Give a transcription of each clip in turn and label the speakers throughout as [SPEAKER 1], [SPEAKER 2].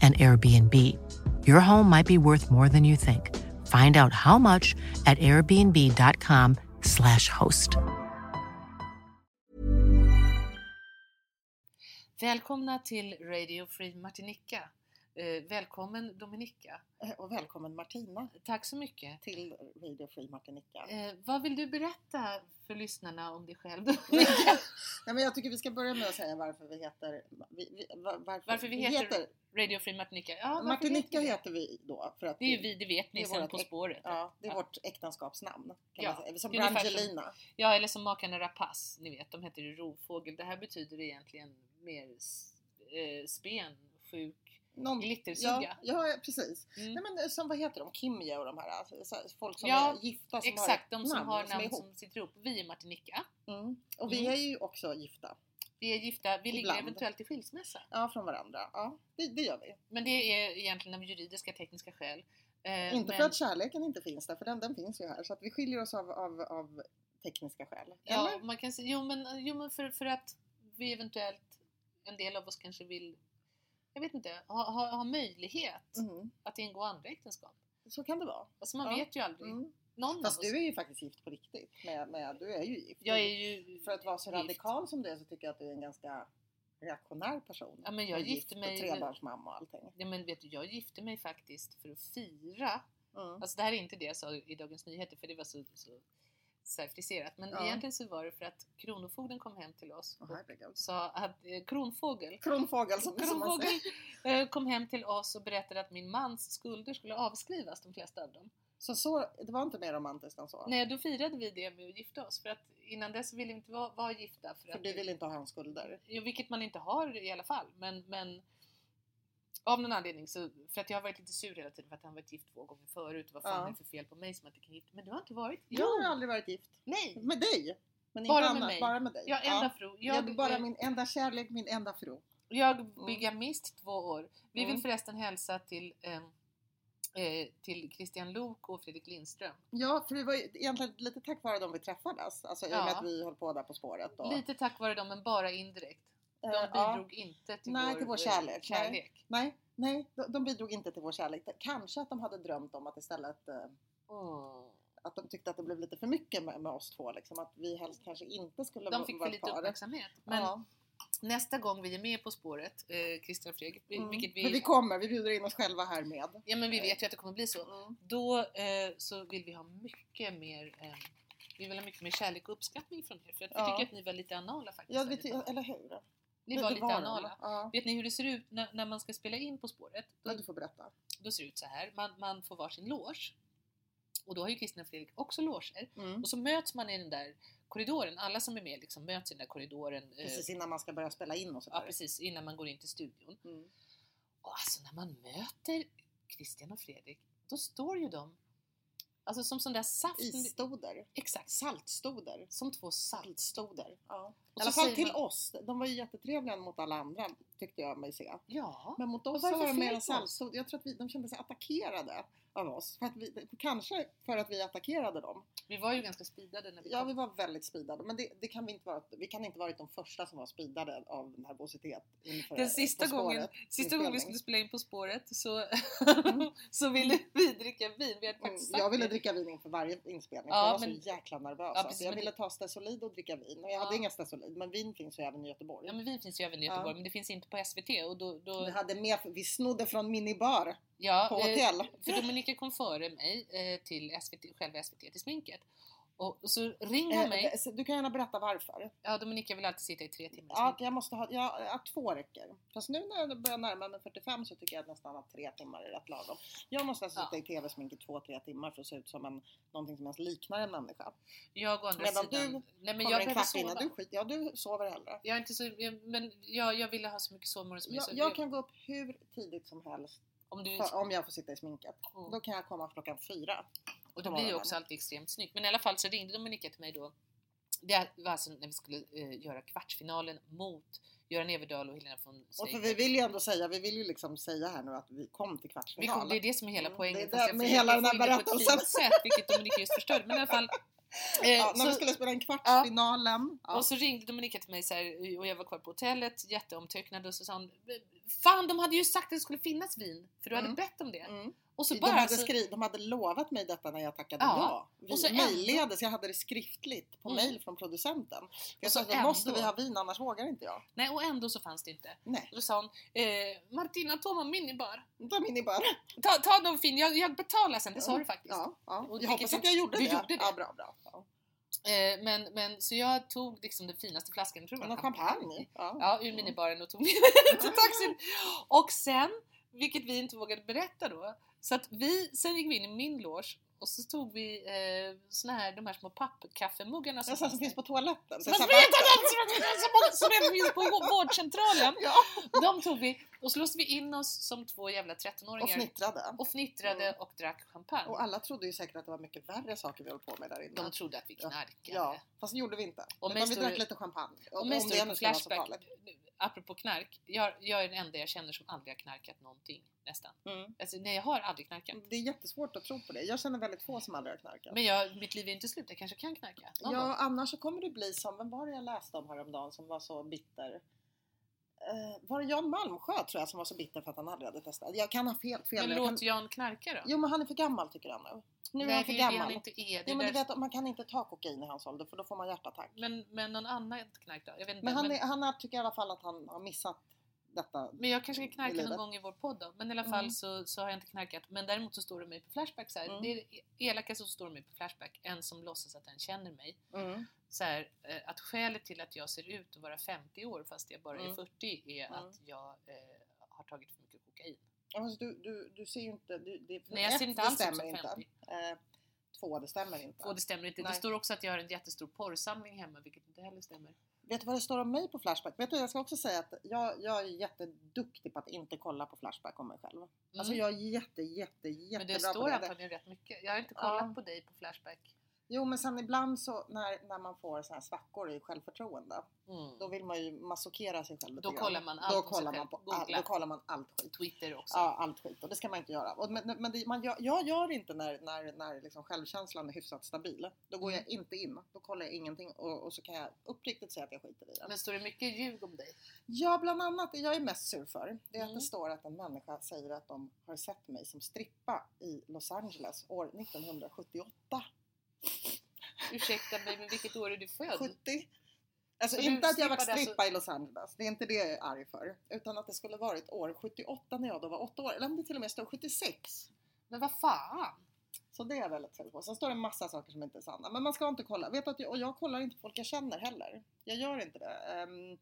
[SPEAKER 1] an Airbnb. Your home might be worth more than you think. Find out how much at airbnb.com/slash host.
[SPEAKER 2] Välkomna till Radio Free Martinica. Eh, välkommen Dominika.
[SPEAKER 3] Och välkommen Martina
[SPEAKER 2] Tack så mycket.
[SPEAKER 3] till Radio Free Martinica.
[SPEAKER 2] Eh, vad vill du berätta för lyssnarna om dig själv Dominika?
[SPEAKER 3] Nej, men jag tycker vi ska börja med att säga varför vi heter... Vi, vi, var, varför,
[SPEAKER 2] Varför vi heter, Radio Free Martinica? Ja, varför
[SPEAKER 3] Martinica
[SPEAKER 2] vi?
[SPEAKER 3] heter vi då. För att
[SPEAKER 2] Det är ju vi, det vet ni
[SPEAKER 3] det är
[SPEAKER 2] sen
[SPEAKER 3] vårt
[SPEAKER 2] På
[SPEAKER 3] äk-
[SPEAKER 2] spåret.
[SPEAKER 3] Ja, det är
[SPEAKER 2] Ja.
[SPEAKER 3] vårt äktenskapsnamn. Kan
[SPEAKER 2] Ja,
[SPEAKER 3] man säga. Som
[SPEAKER 2] ungefär
[SPEAKER 3] Brangelina.
[SPEAKER 2] Ja, eller som makarna Rapace, ni vet, de heter ju rovfågel. Det här betyder egentligen mer s- eh, spen, sjuk.
[SPEAKER 3] Någon,
[SPEAKER 2] glittersugga.
[SPEAKER 3] Ja, ja, precis.
[SPEAKER 2] Mm.
[SPEAKER 3] Nej, men, eh, som, vad heter de? Kimje och de här. Alltså, så här, folk som
[SPEAKER 2] Ja,
[SPEAKER 3] är gifta. Som
[SPEAKER 2] Exakt,
[SPEAKER 3] har
[SPEAKER 2] de som har
[SPEAKER 3] är
[SPEAKER 2] namn
[SPEAKER 3] ihop.
[SPEAKER 2] som sitter ihop. Vi är Martinica.
[SPEAKER 3] Mm. Och vi
[SPEAKER 2] Mm.
[SPEAKER 3] är ju också gifta.
[SPEAKER 2] Vi är gifta, vi ligger
[SPEAKER 3] Ibland.
[SPEAKER 2] eventuellt i skilsmässa.
[SPEAKER 3] Ja, från varandra. Ja, det, det gör vi.
[SPEAKER 2] Men det är egentligen av juridiska tekniska skäl. Eh,
[SPEAKER 3] Inte för
[SPEAKER 2] men-
[SPEAKER 3] att kärleken inte finns där, för den, den finns ju här. Så att vi skiljer oss av, av, av tekniska skäl.
[SPEAKER 2] Ja,
[SPEAKER 3] Eller?
[SPEAKER 2] man kan säga, jo men, eh, jo, men för, för att vi eventuellt, en del av oss kanske vill, jag vet inte, ha, ha, ha möjlighet
[SPEAKER 3] Mm.
[SPEAKER 2] att ingå andra äktenskap.
[SPEAKER 3] Så kan det vara.
[SPEAKER 2] Alltså man
[SPEAKER 3] Ja.
[SPEAKER 2] vet ju aldrig.
[SPEAKER 3] Mm.
[SPEAKER 2] Någon
[SPEAKER 3] Fast
[SPEAKER 2] av oss.
[SPEAKER 3] du är ju faktiskt gift på riktigt. Med, med, du är ju gift.
[SPEAKER 2] Jag är ju
[SPEAKER 3] För att vara så
[SPEAKER 2] gift.
[SPEAKER 3] radikal som du är så tycker jag att du är en ganska reaktionär person.
[SPEAKER 2] Ja, men jag
[SPEAKER 3] Och
[SPEAKER 2] gifte mig
[SPEAKER 3] och
[SPEAKER 2] med-
[SPEAKER 3] trebarnsmamma och allting.
[SPEAKER 2] Ja, men vet du, jag gifte mig faktiskt för att fira.
[SPEAKER 3] Mm.
[SPEAKER 2] Alltså det här är inte det jag sa i Dagens Nyheter för det var så, så, så här friserat. Men
[SPEAKER 3] Ja.
[SPEAKER 2] egentligen så var det för att Kronofogden kom hem till oss
[SPEAKER 3] Åh,
[SPEAKER 2] och
[SPEAKER 3] herregud.
[SPEAKER 2] sa att eh, Kronfågel
[SPEAKER 3] Kronfågel som, som Alltså, man
[SPEAKER 2] Kronfågel
[SPEAKER 3] säger.
[SPEAKER 2] eh, kom hem till oss och berättade att min mans skulder skulle avskrivas, de flesta av dem.
[SPEAKER 3] Så, så det var inte mer romantiskt än så?
[SPEAKER 2] Nej, då firade vi det med att gifta oss för att innan dess ville vi inte vara, vara gifta. För,
[SPEAKER 3] För
[SPEAKER 2] att,
[SPEAKER 3] du vill inte ha hans skulder?
[SPEAKER 2] Jo, vilket man inte har i alla fall. Men, men av någon anledning så, för att jag har varit lite sur hela tiden för att han varit gift två gånger förut. Vad fan
[SPEAKER 3] Ja.
[SPEAKER 2] är det för fel på mig som att jag kan gifta Men du har inte varit?
[SPEAKER 3] Jag har aldrig varit gift.
[SPEAKER 2] Nej!
[SPEAKER 3] Med dig! Men inte
[SPEAKER 2] Bara med
[SPEAKER 3] annars,
[SPEAKER 2] mig.
[SPEAKER 3] bara med dig.
[SPEAKER 2] Jag
[SPEAKER 3] Ja.
[SPEAKER 2] enda fru.
[SPEAKER 3] Jag,
[SPEAKER 2] Jag,
[SPEAKER 3] bara
[SPEAKER 2] eh,
[SPEAKER 3] min enda kärlek, min enda fru.
[SPEAKER 2] Jag bigamist två år. Vi vill
[SPEAKER 3] Mm.
[SPEAKER 2] förresten hälsa till, ehm, eh, till Christian Lok och Fredrik Lindström.
[SPEAKER 3] Ja, för det var ju egentligen lite tack vare dem vi träffades. Alltså i och med
[SPEAKER 2] Ja.
[SPEAKER 3] att vi höll på där På spåret. Och,
[SPEAKER 2] Lite tack vare dem, men bara indirekt. De
[SPEAKER 3] Eh, ja.
[SPEAKER 2] bidrog inte till,
[SPEAKER 3] Nej,
[SPEAKER 2] vår,
[SPEAKER 3] till vår
[SPEAKER 2] eh,
[SPEAKER 3] kärlek.
[SPEAKER 2] kärlek.
[SPEAKER 3] Nej, nej, de, de bidrog inte till vår kärlek. Kanske att de hade drömt om att istället eh,
[SPEAKER 2] Åh.
[SPEAKER 3] att de tyckte att det blev lite för mycket med, med oss två. Liksom, att vi helst kanske inte skulle
[SPEAKER 2] De
[SPEAKER 3] va-
[SPEAKER 2] fick för
[SPEAKER 3] vara
[SPEAKER 2] lite
[SPEAKER 3] kvar.
[SPEAKER 2] uppmärksamhet. Men
[SPEAKER 3] ja.
[SPEAKER 2] nästa gång vi är med På spåret, eh, Christian och Fredrik, vi-
[SPEAKER 3] mm.
[SPEAKER 2] vilket
[SPEAKER 3] Men
[SPEAKER 2] vi,
[SPEAKER 3] vi kommer, vi bjuder in oss själva här med.
[SPEAKER 2] ja, men vi vet ju att det kommer bli så.
[SPEAKER 3] Mm.
[SPEAKER 2] Då eh, så vill vi ha mycket mer eh, vi vill ha mycket mer kärlek och uppskattning från er. För att vi
[SPEAKER 3] Ja.
[SPEAKER 2] tycker att ni var lite anala faktiskt.
[SPEAKER 3] Ja,
[SPEAKER 2] här
[SPEAKER 3] vi
[SPEAKER 2] lite
[SPEAKER 3] ty-
[SPEAKER 2] grann.
[SPEAKER 3] eller hur?
[SPEAKER 2] ni
[SPEAKER 3] Det-
[SPEAKER 2] var
[SPEAKER 3] det
[SPEAKER 2] lite
[SPEAKER 3] de.
[SPEAKER 2] anala.
[SPEAKER 3] Ja.
[SPEAKER 2] Vet ni hur det ser ut när, när man ska spela in På spåret? Då,
[SPEAKER 3] Ja, du får berätta.
[SPEAKER 2] då ser det ut så här. Man, man får varsin loge. Och då har ju Kristina och Fredrik också loger.
[SPEAKER 3] Mm.
[SPEAKER 2] Och så möts man i den där korridoren. Alla som är med liksom möts i den där korridoren. eh,
[SPEAKER 3] Precis innan man ska börja spela in och
[SPEAKER 2] ja,
[SPEAKER 3] sådär.
[SPEAKER 2] precis innan man går in till studion.
[SPEAKER 3] Mm.
[SPEAKER 2] Och alltså när man möter Christian och Fredrik, då står ju de alltså som sån där saft.
[SPEAKER 3] Isstoder.
[SPEAKER 2] Exakt.
[SPEAKER 3] Saltstoder.
[SPEAKER 2] Som två salt.
[SPEAKER 3] Saltstoder. Ja.
[SPEAKER 2] Och
[SPEAKER 3] I alla
[SPEAKER 2] så
[SPEAKER 3] fall
[SPEAKER 2] säger
[SPEAKER 3] till
[SPEAKER 2] man-
[SPEAKER 3] oss. De var ju jättetrevliga mot alla andra tyckte jag mig se.
[SPEAKER 2] Ja.
[SPEAKER 3] Men mot oss
[SPEAKER 2] varför
[SPEAKER 3] var de
[SPEAKER 2] fel
[SPEAKER 3] mer
[SPEAKER 2] på
[SPEAKER 3] en saltstod. Jag tror att vi, de kände sig attackerade av oss. För att vi, kanske för att vi attackerade dem.
[SPEAKER 2] Vi var ju ganska speedade när vi
[SPEAKER 3] Ja,
[SPEAKER 2] kom.
[SPEAKER 3] vi var väldigt speedade. Men det, det kan vi inte vara. Vi kan inte varit de första som var speedade av nervositet. inför-
[SPEAKER 2] Den sista
[SPEAKER 3] På spåret
[SPEAKER 2] gången, sista gången vi
[SPEAKER 3] inspelning.
[SPEAKER 2] skulle spela in På spåret så, så ville vi dricka vin. Vi hade
[SPEAKER 3] Mm,
[SPEAKER 2] faktiskt sagt
[SPEAKER 3] jag ville
[SPEAKER 2] det.
[SPEAKER 3] dricka vin inför varje inspelning.
[SPEAKER 2] Ja,
[SPEAKER 3] för jag var
[SPEAKER 2] men-
[SPEAKER 3] så jäkla nervös.
[SPEAKER 2] Ja,
[SPEAKER 3] alltså.
[SPEAKER 2] precis,
[SPEAKER 3] jag
[SPEAKER 2] men
[SPEAKER 3] ville
[SPEAKER 2] det-
[SPEAKER 3] ta Stesolid och dricka vin. Och jag
[SPEAKER 2] Ja.
[SPEAKER 3] hade inga Stesolid. Men vin finns ju även i Göteborg.
[SPEAKER 2] Ja men vin finns ju även i
[SPEAKER 3] Ja.
[SPEAKER 2] Göteborg men det finns inte på SVT och då... då
[SPEAKER 3] Vi hade med, vi snodde från minibar
[SPEAKER 2] ja,
[SPEAKER 3] på
[SPEAKER 2] eh,
[SPEAKER 3] hotell.
[SPEAKER 2] För Dominika kom före mig eh, till SVT, själva SVT, till sminket. Och och så ringer hon mig.
[SPEAKER 3] Eh, så du kan gärna berätta varför.
[SPEAKER 2] Ja, Dominika vill alltid sitta i tre timmar. i
[SPEAKER 3] Ja,
[SPEAKER 2] smink.
[SPEAKER 3] jag måste ha, ja, ja, två räcker. Fast nu när jag börjar närma mig 45 så tycker jag nästan att tre timmar är rätt lagom. Jag måste alltså
[SPEAKER 2] Ja.
[SPEAKER 3] sitta i tv-smink i två, tre timmar för att se ut som en, någonting som ens liknar en människa.
[SPEAKER 2] Jag å andra
[SPEAKER 3] Medan
[SPEAKER 2] sidan...
[SPEAKER 3] du
[SPEAKER 2] nej, men
[SPEAKER 3] Kommer
[SPEAKER 2] jag
[SPEAKER 3] en
[SPEAKER 2] behöver
[SPEAKER 3] kvart innan
[SPEAKER 2] sova.
[SPEAKER 3] du skit, ja du sover hellre.
[SPEAKER 2] Jag är inte så... Jag, men jag, jag ville ha så mycket sovmorgon som
[SPEAKER 3] Jag,
[SPEAKER 2] så
[SPEAKER 3] jag kan gå upp hur tidigt som helst
[SPEAKER 2] Om du...
[SPEAKER 3] för, om jag får sitta i sminket.
[SPEAKER 2] Mm.
[SPEAKER 3] Då kan jag komma klockan fyra.
[SPEAKER 2] Och det
[SPEAKER 3] på
[SPEAKER 2] blir ju
[SPEAKER 3] morgonen.
[SPEAKER 2] också alltid extremt snyggt. Men i alla fall så ringde Dominika till mig då. Det var alltså när vi skulle eh, göra kvartsfinalen mot Göran Everdahl och Helena von
[SPEAKER 3] Och för
[SPEAKER 2] Zweigbergk.
[SPEAKER 3] vi vill ju ändå säga, vi vill ju liksom säga här nu att vi kom till
[SPEAKER 2] Vi
[SPEAKER 3] kvartsfinal.
[SPEAKER 2] kom, det är det som är hela
[SPEAKER 3] Mm,
[SPEAKER 2] poängen.
[SPEAKER 3] det
[SPEAKER 2] fast
[SPEAKER 3] är det
[SPEAKER 2] jag
[SPEAKER 3] med
[SPEAKER 2] försöker
[SPEAKER 3] hela den här
[SPEAKER 2] få in det på ett
[SPEAKER 3] berättelsen.
[SPEAKER 2] fint Sätt, vilket Dominika just förstörde. Men i alla fall. Eh,
[SPEAKER 3] ja, när
[SPEAKER 2] så,
[SPEAKER 3] vi skulle spela en kvartsfinalen. Ja.
[SPEAKER 2] Och så ringde Dominika till mig så här, eh, och jag var kvar på hotellet, jätteomtöcknad och så sa hon Fan de hade ju sagt att det skulle finnas vin, för du hade
[SPEAKER 3] Mm.
[SPEAKER 2] bett om det.
[SPEAKER 3] Mm.
[SPEAKER 2] Och så
[SPEAKER 3] de,
[SPEAKER 2] bara...
[SPEAKER 3] hade
[SPEAKER 2] så-
[SPEAKER 3] skri- de hade lovat mig detta när jag tackade
[SPEAKER 2] Ja.
[SPEAKER 3] ja. Vi
[SPEAKER 2] Och så ändå-
[SPEAKER 3] mejlades, jag hade det skriftligt på
[SPEAKER 2] Mm.
[SPEAKER 3] mejl från producenten. Jag
[SPEAKER 2] så
[SPEAKER 3] sa att
[SPEAKER 2] ändå-
[SPEAKER 3] måste vi ha vin annars vågar inte jag.
[SPEAKER 2] Nej, och ändå så fanns det inte.
[SPEAKER 3] Nej,
[SPEAKER 2] Och då sa hon, eh, Martina, toma minibar.
[SPEAKER 3] ta min i bara.
[SPEAKER 2] Ta, ta dem fin, jag, jag betalar sen, det sa du faktiskt.
[SPEAKER 3] Ja, ja.
[SPEAKER 2] Och
[SPEAKER 3] Jag
[SPEAKER 2] vilket-
[SPEAKER 3] hoppas att jag gjorde
[SPEAKER 2] du
[SPEAKER 3] det.
[SPEAKER 2] gjorde det.
[SPEAKER 3] Ja, bra, bra. Ja.
[SPEAKER 2] Eh, men, men, så jag tog liksom den finaste flaskan, jag tror det
[SPEAKER 3] Men
[SPEAKER 2] var
[SPEAKER 3] och champagne. Ja.
[SPEAKER 2] Ja, ur minibaren och tog med till taxin. Och sen, vilket vi inte vågade berätta då, så att vi, sen gick vi in i min loge och så tog vi eh, såna här, de här små pappkaffemuggarna
[SPEAKER 3] Ja, sen som
[SPEAKER 2] där.
[SPEAKER 3] finns på toaletten.
[SPEAKER 2] Som
[SPEAKER 3] Så
[SPEAKER 2] finns
[SPEAKER 3] här-
[SPEAKER 2] på- som redan finns på vårdcentralen.
[SPEAKER 3] Ja.
[SPEAKER 2] De tog vi och så låste vi in oss som två jävla
[SPEAKER 3] Och
[SPEAKER 2] 13-åringar
[SPEAKER 3] fnittrade.
[SPEAKER 2] och fnittrade
[SPEAKER 3] Mm.
[SPEAKER 2] och drack champagne.
[SPEAKER 3] Och alla trodde ju säkert att det var mycket värre saker vi höll på med där inne.
[SPEAKER 2] de trodde att vi knarkade.
[SPEAKER 3] ja, fast det gjorde vi inte.
[SPEAKER 2] Och
[SPEAKER 3] Och
[SPEAKER 2] mig
[SPEAKER 3] Utan vi
[SPEAKER 2] står det-
[SPEAKER 3] drack lite champagne.
[SPEAKER 2] Om mig står
[SPEAKER 3] det
[SPEAKER 2] det
[SPEAKER 3] nu
[SPEAKER 2] på
[SPEAKER 3] skulle vara så
[SPEAKER 2] Flashback,
[SPEAKER 3] farligt.
[SPEAKER 2] apropå knark, jag, jag är den enda jag känner som aldrig har knarkat någonting nästan.
[SPEAKER 3] Mm.
[SPEAKER 2] Alltså, nej, jag har aldrig knarkat.
[SPEAKER 3] Det är jättesvårt att tro på det. Jag känner väldigt få som aldrig har knarkat.
[SPEAKER 2] Men jag, mitt liv är inte slut, jag kanske kan knarka. Någon
[SPEAKER 3] Ja,
[SPEAKER 2] gång.
[SPEAKER 3] annars så kommer det bli som, vem var det jag läste om häromdagen som var så bitter? Eh, var det Jan Malmsjö tror jag som var så bitter för att han aldrig hade testat? Jag kan ha fel. fel.
[SPEAKER 2] men
[SPEAKER 3] jag kan...
[SPEAKER 2] låt Jan knarka då.
[SPEAKER 3] Jo men han är för gammal tycker han nu. Nu är
[SPEAKER 2] nej,
[SPEAKER 3] han
[SPEAKER 2] det
[SPEAKER 3] för
[SPEAKER 2] är ju det han
[SPEAKER 3] gammal.
[SPEAKER 2] inte är. Det är
[SPEAKER 3] Jo, men du
[SPEAKER 2] därför-
[SPEAKER 3] vet, man kan inte ta kokain i hans ålder för då får man hjärtattack.
[SPEAKER 2] men, men någon annan knark då? Jag vet inte.
[SPEAKER 3] Men han,
[SPEAKER 2] men,
[SPEAKER 3] är, han är, tycker i alla fall att han har missat detta.
[SPEAKER 2] men jag kanske
[SPEAKER 3] i
[SPEAKER 2] kan knarka någon
[SPEAKER 3] livet.
[SPEAKER 2] gång i vår podd då. Men i alla fall så, så har jag inte knarkat. Men däremot så står det mig på Flashback så här.
[SPEAKER 3] Mm.
[SPEAKER 2] Det är det elakaste som står mig på Flashback. En som låtsas att den känner mig.
[SPEAKER 3] Mm.
[SPEAKER 2] så här, eh, att skälet till att jag ser ut att vara 50 år fast jag bara är
[SPEAKER 3] Mm.
[SPEAKER 2] 40 är
[SPEAKER 3] Mm.
[SPEAKER 2] att jag eh, har tagit för mycket kokain.
[SPEAKER 3] Ja, fast du, du, du ser ju inte... Du, det,
[SPEAKER 2] Nej, jag ser inte
[SPEAKER 3] det
[SPEAKER 2] alls ut som
[SPEAKER 3] stämmer inte.
[SPEAKER 2] 50.
[SPEAKER 3] Eh, två, det stämmer inte.
[SPEAKER 2] Och det stämmer inte. Det
[SPEAKER 3] Nej.
[SPEAKER 2] står också att jag har en jättestor porrsamling hemma vilket inte heller stämmer. Mm.
[SPEAKER 3] Vet du vad det står om mig på Flashback? Vet du, jag ska också säga att jag, jag är jätteduktig på att inte kolla på Flashback om mig själv. Alltså jag är jätte, jätte,
[SPEAKER 2] Mm. Men det
[SPEAKER 3] jättebra på
[SPEAKER 2] står
[SPEAKER 3] det. det.
[SPEAKER 2] antagligen rätt mycket. Jag har inte kollat
[SPEAKER 3] Ja.
[SPEAKER 2] på dig på Flashback.
[SPEAKER 3] Jo men sen ibland så när, när man får såna här svackor i självförtroende. Då
[SPEAKER 2] Mm.
[SPEAKER 3] vill man ju massokera sig själv lite
[SPEAKER 2] Då
[SPEAKER 3] grann.
[SPEAKER 2] kollar man allt
[SPEAKER 3] då
[SPEAKER 2] om sig
[SPEAKER 3] kollar
[SPEAKER 2] själv.
[SPEAKER 3] man, på all,
[SPEAKER 2] Googla.
[SPEAKER 3] då kollar man allt skit.
[SPEAKER 2] Twitter också.
[SPEAKER 3] Ja, allt skit. Och det ska man inte göra. Och, men men det, man gör, jag gör inte när, när, när liksom självkänslan är hyfsat stabil. Då går
[SPEAKER 2] Mm.
[SPEAKER 3] jag inte in. Då kollar jag ingenting och, och så kan jag uppriktigt säga att jag skiter i det.
[SPEAKER 2] Men står det mycket ljug om dig?
[SPEAKER 3] Ja, bland annat det jag är mest sur för det är att
[SPEAKER 2] Mm.
[SPEAKER 3] det står att en människa säger att de har sett mig som strippa i Los Angeles år 1978.
[SPEAKER 2] Ursäkta mig, men vilket år är du född?
[SPEAKER 3] 70. Alltså
[SPEAKER 2] Så du
[SPEAKER 3] inte att jag varit
[SPEAKER 2] strippade
[SPEAKER 3] strippa i Los Angeles, det är inte det jag är arg för. Utan att det skulle varit år 78 när jag då var 8 år, eller om det till och med står 76.
[SPEAKER 2] Men vad fan?
[SPEAKER 3] Så det är jag väldigt sur på. Sen står det en massa saker som inte är sanna. Men man ska inte kolla. Vet du att jag, och jag kollar inte folk jag känner heller. Jag gör inte det. Ehm,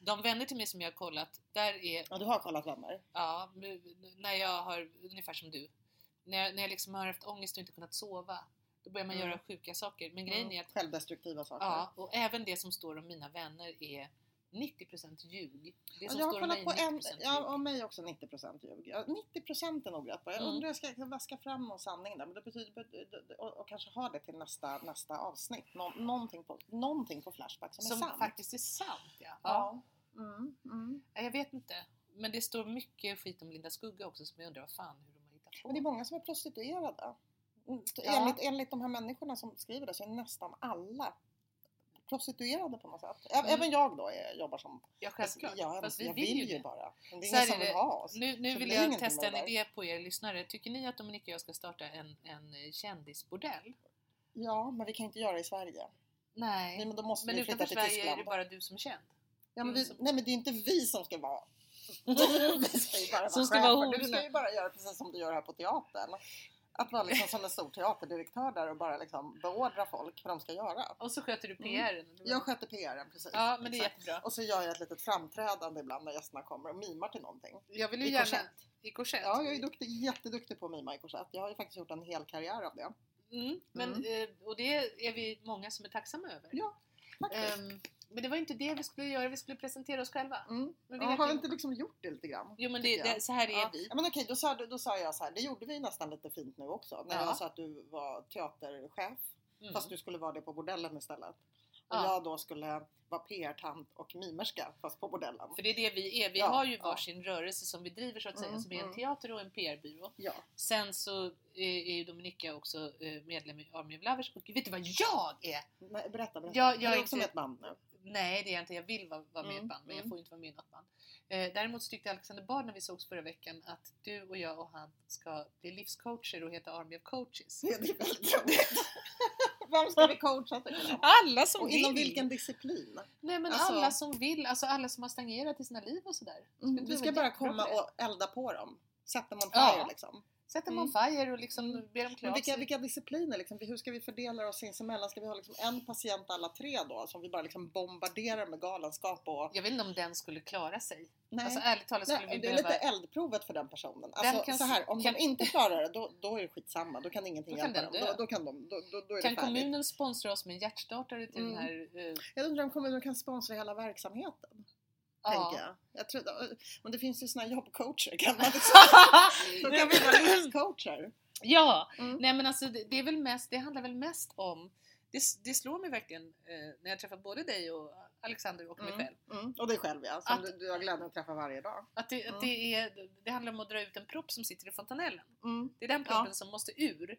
[SPEAKER 2] De vänner till mig som jag har kollat, där är
[SPEAKER 3] ja, du har kollat vänner.
[SPEAKER 2] Ja, men när jag har, ungefär som du. När jag, när jag liksom har haft ångest och inte kunnat sova. Då börjar man
[SPEAKER 3] Mm.
[SPEAKER 2] göra sjuka saker. Men grejen är att,
[SPEAKER 3] Självdestruktiva saker.
[SPEAKER 2] ja, och även det som står om mina vänner är 90% ljug. Det
[SPEAKER 3] Ja,
[SPEAKER 2] som
[SPEAKER 3] jag har
[SPEAKER 2] står om mig
[SPEAKER 3] kollat
[SPEAKER 2] är
[SPEAKER 3] på en,
[SPEAKER 2] 90%
[SPEAKER 3] ja,
[SPEAKER 2] ljug.
[SPEAKER 3] om mig också 90% ljug. Ja, 90% är nog rätt på. Jag
[SPEAKER 2] Mm.
[SPEAKER 3] undrar, jag ska jag vaska fram någon sanning där. Men det betyder, och, och kanske ha det till nästa, nästa avsnitt. Nå, någonting, på, någonting på Flashback som,
[SPEAKER 2] Som
[SPEAKER 3] är sant.
[SPEAKER 2] faktiskt är sant, ja. ja.
[SPEAKER 3] Ja. Mm, mm.
[SPEAKER 2] ja. Jag vet inte. Men det står mycket skit om Linda Skugga också som jag undrar vad fan hur de har hittat på.
[SPEAKER 3] Men det är många som är prostituerade. Mm,
[SPEAKER 2] Ja.
[SPEAKER 3] Enligt, enligt de här människorna som skriver det så är nästan alla prostituerade på något sätt. Ä-
[SPEAKER 2] Mm.
[SPEAKER 3] Även jag då är, jobbar som...
[SPEAKER 2] ja, självklart.
[SPEAKER 3] Jag,
[SPEAKER 2] Fast vi
[SPEAKER 3] jag
[SPEAKER 2] vill ju
[SPEAKER 3] ju
[SPEAKER 2] det.
[SPEAKER 3] bara. Men det är
[SPEAKER 2] Så här
[SPEAKER 3] ingen som
[SPEAKER 2] är
[SPEAKER 3] vill
[SPEAKER 2] det.
[SPEAKER 3] ha oss.
[SPEAKER 2] Nu, nu
[SPEAKER 3] Så
[SPEAKER 2] vill
[SPEAKER 3] blir
[SPEAKER 2] jag
[SPEAKER 3] ingenting
[SPEAKER 2] testa en
[SPEAKER 3] med det där.
[SPEAKER 2] idé på er lyssnare. Tycker ni att Dominika och jag ska starta en, en eh, kändisbordell?
[SPEAKER 3] Ja, men vi kan inte göra det i Sverige.
[SPEAKER 2] Nej.
[SPEAKER 3] Nej, men då måste
[SPEAKER 2] Men
[SPEAKER 3] vi flytta
[SPEAKER 2] utanför
[SPEAKER 3] till
[SPEAKER 2] Sverige är det
[SPEAKER 3] Tyskland.
[SPEAKER 2] bara du som är känd.
[SPEAKER 3] Ja, men
[SPEAKER 2] Det är
[SPEAKER 3] vi,
[SPEAKER 2] så-
[SPEAKER 3] nej men det är inte vi som ska vara... vi ska ju bara vara
[SPEAKER 2] Som ska vara
[SPEAKER 3] chefer. Du
[SPEAKER 2] hororna.
[SPEAKER 3] ska ju bara göra precis som du gör här på teatern. Att vara liksom som en stor teaterdirektör där och bara liksom beordra folk vad de ska göra.
[SPEAKER 2] Och så sköter du
[SPEAKER 3] Mm.
[SPEAKER 2] PR. Mm.
[SPEAKER 3] Jag sköter PRen precis.
[SPEAKER 2] Ja, men det är
[SPEAKER 3] Exakt.
[SPEAKER 2] jättebra.
[SPEAKER 3] Och så gör jag ett litet framträdande ibland när gästerna kommer och mimar till någonting.
[SPEAKER 2] Jag vill ju
[SPEAKER 3] I
[SPEAKER 2] gärna...
[SPEAKER 3] korsett.
[SPEAKER 2] I korsett.
[SPEAKER 3] Ja, jag är duktig, jätteduktig på att mima i korsett. Jag har ju faktiskt gjort en hel karriär av det.
[SPEAKER 2] Mm, men, eh, och det är vi många som är tacksamma över.
[SPEAKER 3] Ja, faktiskt.
[SPEAKER 2] Ehm, men det var inte det vi skulle göra, vi skulle presentera oss själva.
[SPEAKER 3] Mm.
[SPEAKER 2] men
[SPEAKER 3] Men
[SPEAKER 2] det
[SPEAKER 3] vi
[SPEAKER 2] vet
[SPEAKER 3] har
[SPEAKER 2] ju-
[SPEAKER 3] vi inte liksom gjort det lite grann?
[SPEAKER 2] Jo men det,
[SPEAKER 3] tycker jag.
[SPEAKER 2] det, så här är
[SPEAKER 3] Ja.
[SPEAKER 2] vi.
[SPEAKER 3] Ja, men okej, då sa, du- då sa jag så här, det gjorde vi ju nästan lite fint nu också. När
[SPEAKER 2] Ja.
[SPEAKER 3] jag sa att du var teaterchef,
[SPEAKER 2] Mm.
[SPEAKER 3] fast du skulle vara det på bordellen istället. Och
[SPEAKER 2] Ja.
[SPEAKER 3] jag då skulle vara PR-tant och mimerska, fast på bordellen.
[SPEAKER 2] För det är det vi är. Vi
[SPEAKER 3] Ja,
[SPEAKER 2] har ju
[SPEAKER 3] ja.
[SPEAKER 2] varsin rörelse som vi driver så att säga,
[SPEAKER 3] Mm,
[SPEAKER 2] som är en
[SPEAKER 3] mm.
[SPEAKER 2] teater och en PR-byrå.
[SPEAKER 3] Ja.
[SPEAKER 2] Sen så eh, är är ju Dominika också eh, medlem i Army of Lovers. Och vet du vad jag är?
[SPEAKER 3] Nej, berätta, berätta.
[SPEAKER 2] Jag- jag
[SPEAKER 3] är
[SPEAKER 2] är
[SPEAKER 3] du
[SPEAKER 2] inte-
[SPEAKER 3] också med ett band nu?
[SPEAKER 2] Nej, det är jag inte. Jag vill vara, vara med i ett
[SPEAKER 3] Mm,
[SPEAKER 2] band, men jag
[SPEAKER 3] mm.
[SPEAKER 2] får inte vara med i något band. Eh, däremot så tyckte Alexander Bard när vi sågs förra veckan att du och jag och han ska bli livscoacher och heta Army of Coaches.
[SPEAKER 3] Det är väldigt roligt. Vem ska vi coacha till?
[SPEAKER 2] Alla som
[SPEAKER 3] Och
[SPEAKER 2] vill!
[SPEAKER 3] inom vilken disciplin?
[SPEAKER 2] Nej men
[SPEAKER 3] Alltså-
[SPEAKER 2] alla som vill, alltså alla som har stagnerat i sina liv och sådär.
[SPEAKER 3] Mm,
[SPEAKER 2] Det är
[SPEAKER 3] vi ska bara
[SPEAKER 2] jättebra
[SPEAKER 3] komma
[SPEAKER 2] för det.
[SPEAKER 3] och elda på dem. Sätta dem on
[SPEAKER 2] Ja.
[SPEAKER 3] fire liksom.
[SPEAKER 2] Sätt dem on
[SPEAKER 3] Mm.
[SPEAKER 2] fire och liksom
[SPEAKER 3] Mm.
[SPEAKER 2] be dem klä
[SPEAKER 3] Men
[SPEAKER 2] av
[SPEAKER 3] vilka,
[SPEAKER 2] sig.
[SPEAKER 3] vilka discipliner liksom? Hur ska vi fördela oss sinsemellan? Ska vi ha liksom en patient alla tre då? Som vi bara liksom bombarderar med galenskap och...
[SPEAKER 2] Jag vet inte om den skulle klara sig.
[SPEAKER 3] Nej.
[SPEAKER 2] Alltså ärligt talat skulle
[SPEAKER 3] Nej,
[SPEAKER 2] vi
[SPEAKER 3] det är
[SPEAKER 2] behöva...
[SPEAKER 3] lite eldprovet för den personen. Alltså,
[SPEAKER 2] kan-
[SPEAKER 3] så här, om
[SPEAKER 2] kan-
[SPEAKER 3] de inte klarar det, då, då är det skitsamma. Då kan ingenting
[SPEAKER 2] Då kan
[SPEAKER 3] hjälpa
[SPEAKER 2] den
[SPEAKER 3] dem.
[SPEAKER 2] dö.
[SPEAKER 3] Då, då kan de, då, då, då är
[SPEAKER 2] Kan
[SPEAKER 3] det färdigt.
[SPEAKER 2] kommunen sponsra oss med en hjärtstartare till
[SPEAKER 3] Mm.
[SPEAKER 2] den här... eh,
[SPEAKER 3] Jag undrar om kommunen kan sponsra hela verksamheten. Tänker jag. jag tror, men det finns ju såna här jobbcoacher. Kan man liksom. Då kan vi vara livscoacher.
[SPEAKER 2] ja!
[SPEAKER 3] Mm.
[SPEAKER 2] Nej men alltså det, det, är väl mest, det handlar väl mest om... Det, s- det slår mig verkligen eh, när jag träffar både dig och Alexander och mig
[SPEAKER 3] Mm.
[SPEAKER 2] själv.
[SPEAKER 3] Mm. Och dig själv ja, som
[SPEAKER 2] Att-
[SPEAKER 3] du, du har glädjen att träffa varje dag.
[SPEAKER 2] Att, det, att
[SPEAKER 3] Mm.
[SPEAKER 2] det, är, det handlar om att dra ut en propp som sitter i fontanellen.
[SPEAKER 3] Mm.
[SPEAKER 2] Det är den proppen
[SPEAKER 3] Ja.
[SPEAKER 2] som måste ur.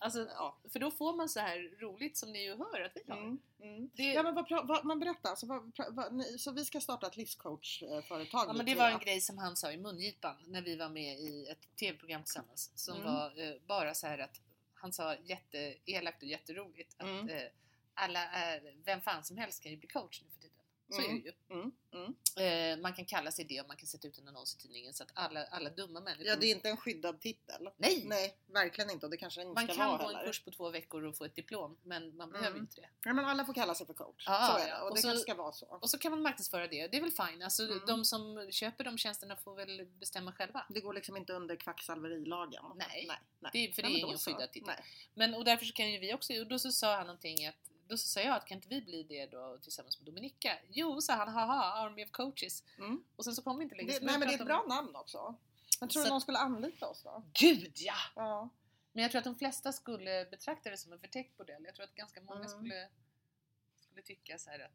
[SPEAKER 2] Alltså,
[SPEAKER 3] Ja.
[SPEAKER 2] För då får man så här roligt som ni ju hör att vi har.
[SPEAKER 3] Mm. Mm.
[SPEAKER 2] Det,
[SPEAKER 3] Ja men vad, pra- vad, man berättar,
[SPEAKER 2] Alltså,
[SPEAKER 3] så, vad, pra- vad, ni, så vi ska starta ett livscoachföretag?
[SPEAKER 2] Ja, men det var en grej som han sa i mungipan när vi var med i ett tv-program tillsammans som
[SPEAKER 3] Mm.
[SPEAKER 2] var eh, bara så här att han sa jätteelakt och jätteroligt att
[SPEAKER 3] Mm.
[SPEAKER 2] eh, alla är, vem fan som helst kan ju bli coach nu för tiden. Så
[SPEAKER 3] Mm.
[SPEAKER 2] är det ju.
[SPEAKER 3] Mm. Mm.
[SPEAKER 2] Eh, man kan kalla sig det och man kan sätta ut en annons i tidningen så att alla, alla dumma människor...
[SPEAKER 3] Ja det är inte en skyddad titel.
[SPEAKER 2] Nej!
[SPEAKER 3] Nej, verkligen inte och det kanske den inte
[SPEAKER 2] Man
[SPEAKER 3] ska
[SPEAKER 2] kan
[SPEAKER 3] vara
[SPEAKER 2] gå en
[SPEAKER 3] heller.
[SPEAKER 2] kurs på två veckor och få ett diplom men man behöver
[SPEAKER 3] Mm.
[SPEAKER 2] inte det.
[SPEAKER 3] Nej men alla får kalla sig för coach.
[SPEAKER 2] Ja,
[SPEAKER 3] så är
[SPEAKER 2] ja.
[SPEAKER 3] det och,
[SPEAKER 2] Och
[SPEAKER 3] det
[SPEAKER 2] så-
[SPEAKER 3] kanske ska vara så.
[SPEAKER 2] Och så kan man marknadsföra det. Det är väl fine. Alltså,
[SPEAKER 3] Mm.
[SPEAKER 2] De som köper de tjänsterna får väl bestämma själva.
[SPEAKER 3] Det går liksom inte under kvacksalverilagen.
[SPEAKER 2] Nej.
[SPEAKER 3] nej, nej.
[SPEAKER 2] Det är- för det
[SPEAKER 3] Nej, men
[SPEAKER 2] är
[SPEAKER 3] då
[SPEAKER 2] ingen
[SPEAKER 3] så.
[SPEAKER 2] skyddad titel.
[SPEAKER 3] Nej.
[SPEAKER 2] Men och därför så kan ju vi också, och då så sa han någonting att, då så sa jag att kan inte vi bli det då tillsammans med Dominika? Jo, sa han, haha, Army of Coaches.
[SPEAKER 3] Mm.
[SPEAKER 2] Och sen så kom vi inte längre.
[SPEAKER 3] Det,
[SPEAKER 2] Så
[SPEAKER 3] nej
[SPEAKER 2] började
[SPEAKER 3] men det är
[SPEAKER 2] Liksom, vi
[SPEAKER 3] ett
[SPEAKER 2] prata
[SPEAKER 3] bra
[SPEAKER 2] om-
[SPEAKER 3] namn också. Men tror
[SPEAKER 2] Så-
[SPEAKER 3] du någon skulle anlita oss då?
[SPEAKER 2] Gud ja!
[SPEAKER 3] Ja.
[SPEAKER 2] Men jag tror att de flesta skulle betrakta det som en förtäckt bordell. Jag tror att ganska många
[SPEAKER 3] Mm.
[SPEAKER 2] skulle, skulle tycka så här att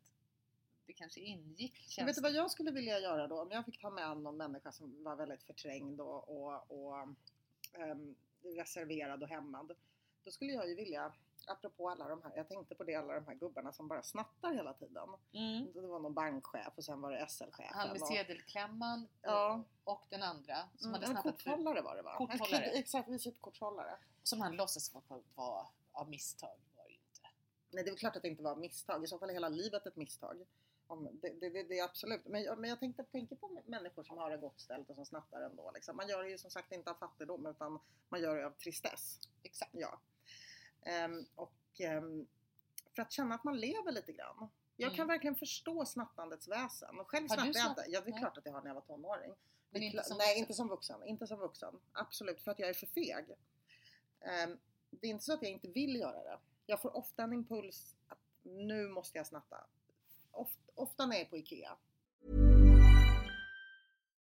[SPEAKER 2] det kanske ingick
[SPEAKER 3] Men Vet du
[SPEAKER 2] tjänster.
[SPEAKER 3] vad jag skulle vilja göra då? Om jag fick ta med an någon människa som var väldigt förträngd och, och, och ehm, reserverad och hämmad. Då skulle jag ju vilja, apropå alla de här, jag tänkte på det, alla de här gubbarna som bara snattar hela tiden.
[SPEAKER 2] Mm.
[SPEAKER 3] Det var någon bankchef och sen var det SL-chefen.
[SPEAKER 2] Han med
[SPEAKER 3] och-
[SPEAKER 2] sedelklämman
[SPEAKER 3] Ja.
[SPEAKER 2] och den andra som
[SPEAKER 3] Mm,
[SPEAKER 2] hade
[SPEAKER 3] en
[SPEAKER 2] snattat för,
[SPEAKER 3] korthållare var det va?
[SPEAKER 2] Korthållare.
[SPEAKER 3] En kid- Exakt, visitkorthållare.
[SPEAKER 2] som han låtsas vara var av misstag. Var ju inte.
[SPEAKER 3] Nej det är klart att det inte var misstag, i så fall är hela livet ett misstag. Om, det, det, det, det är absolut, men, jag- men jag tänkte tänka på människor som har det gott ställt och som snattar ändå. Liksom. Man gör det ju som sagt inte av fattigdom utan man gör det av tristess.
[SPEAKER 2] Exakt.
[SPEAKER 3] Ja. Ehm, och ehm, för att känna att man lever lite grann. Jag kan
[SPEAKER 2] Mm.
[SPEAKER 3] verkligen förstå snattandets väsen. Och själv
[SPEAKER 2] Har du
[SPEAKER 3] snattar jag
[SPEAKER 2] snatt-
[SPEAKER 3] inte. Ja, det
[SPEAKER 2] Nej.
[SPEAKER 3] är klart att jag har när jag var tonåring.
[SPEAKER 2] Men
[SPEAKER 3] Det är
[SPEAKER 2] inte
[SPEAKER 3] kla-
[SPEAKER 2] som
[SPEAKER 3] Nej,
[SPEAKER 2] vuxen.
[SPEAKER 3] inte som vuxen. Inte som vuxen. Absolut, för att jag är för feg. Ehm, det är inte så att jag inte vill göra det. Jag får ofta en impuls att nu måste jag snatta. Oft, ofta när jag är på IKEA.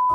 [SPEAKER 4] a-"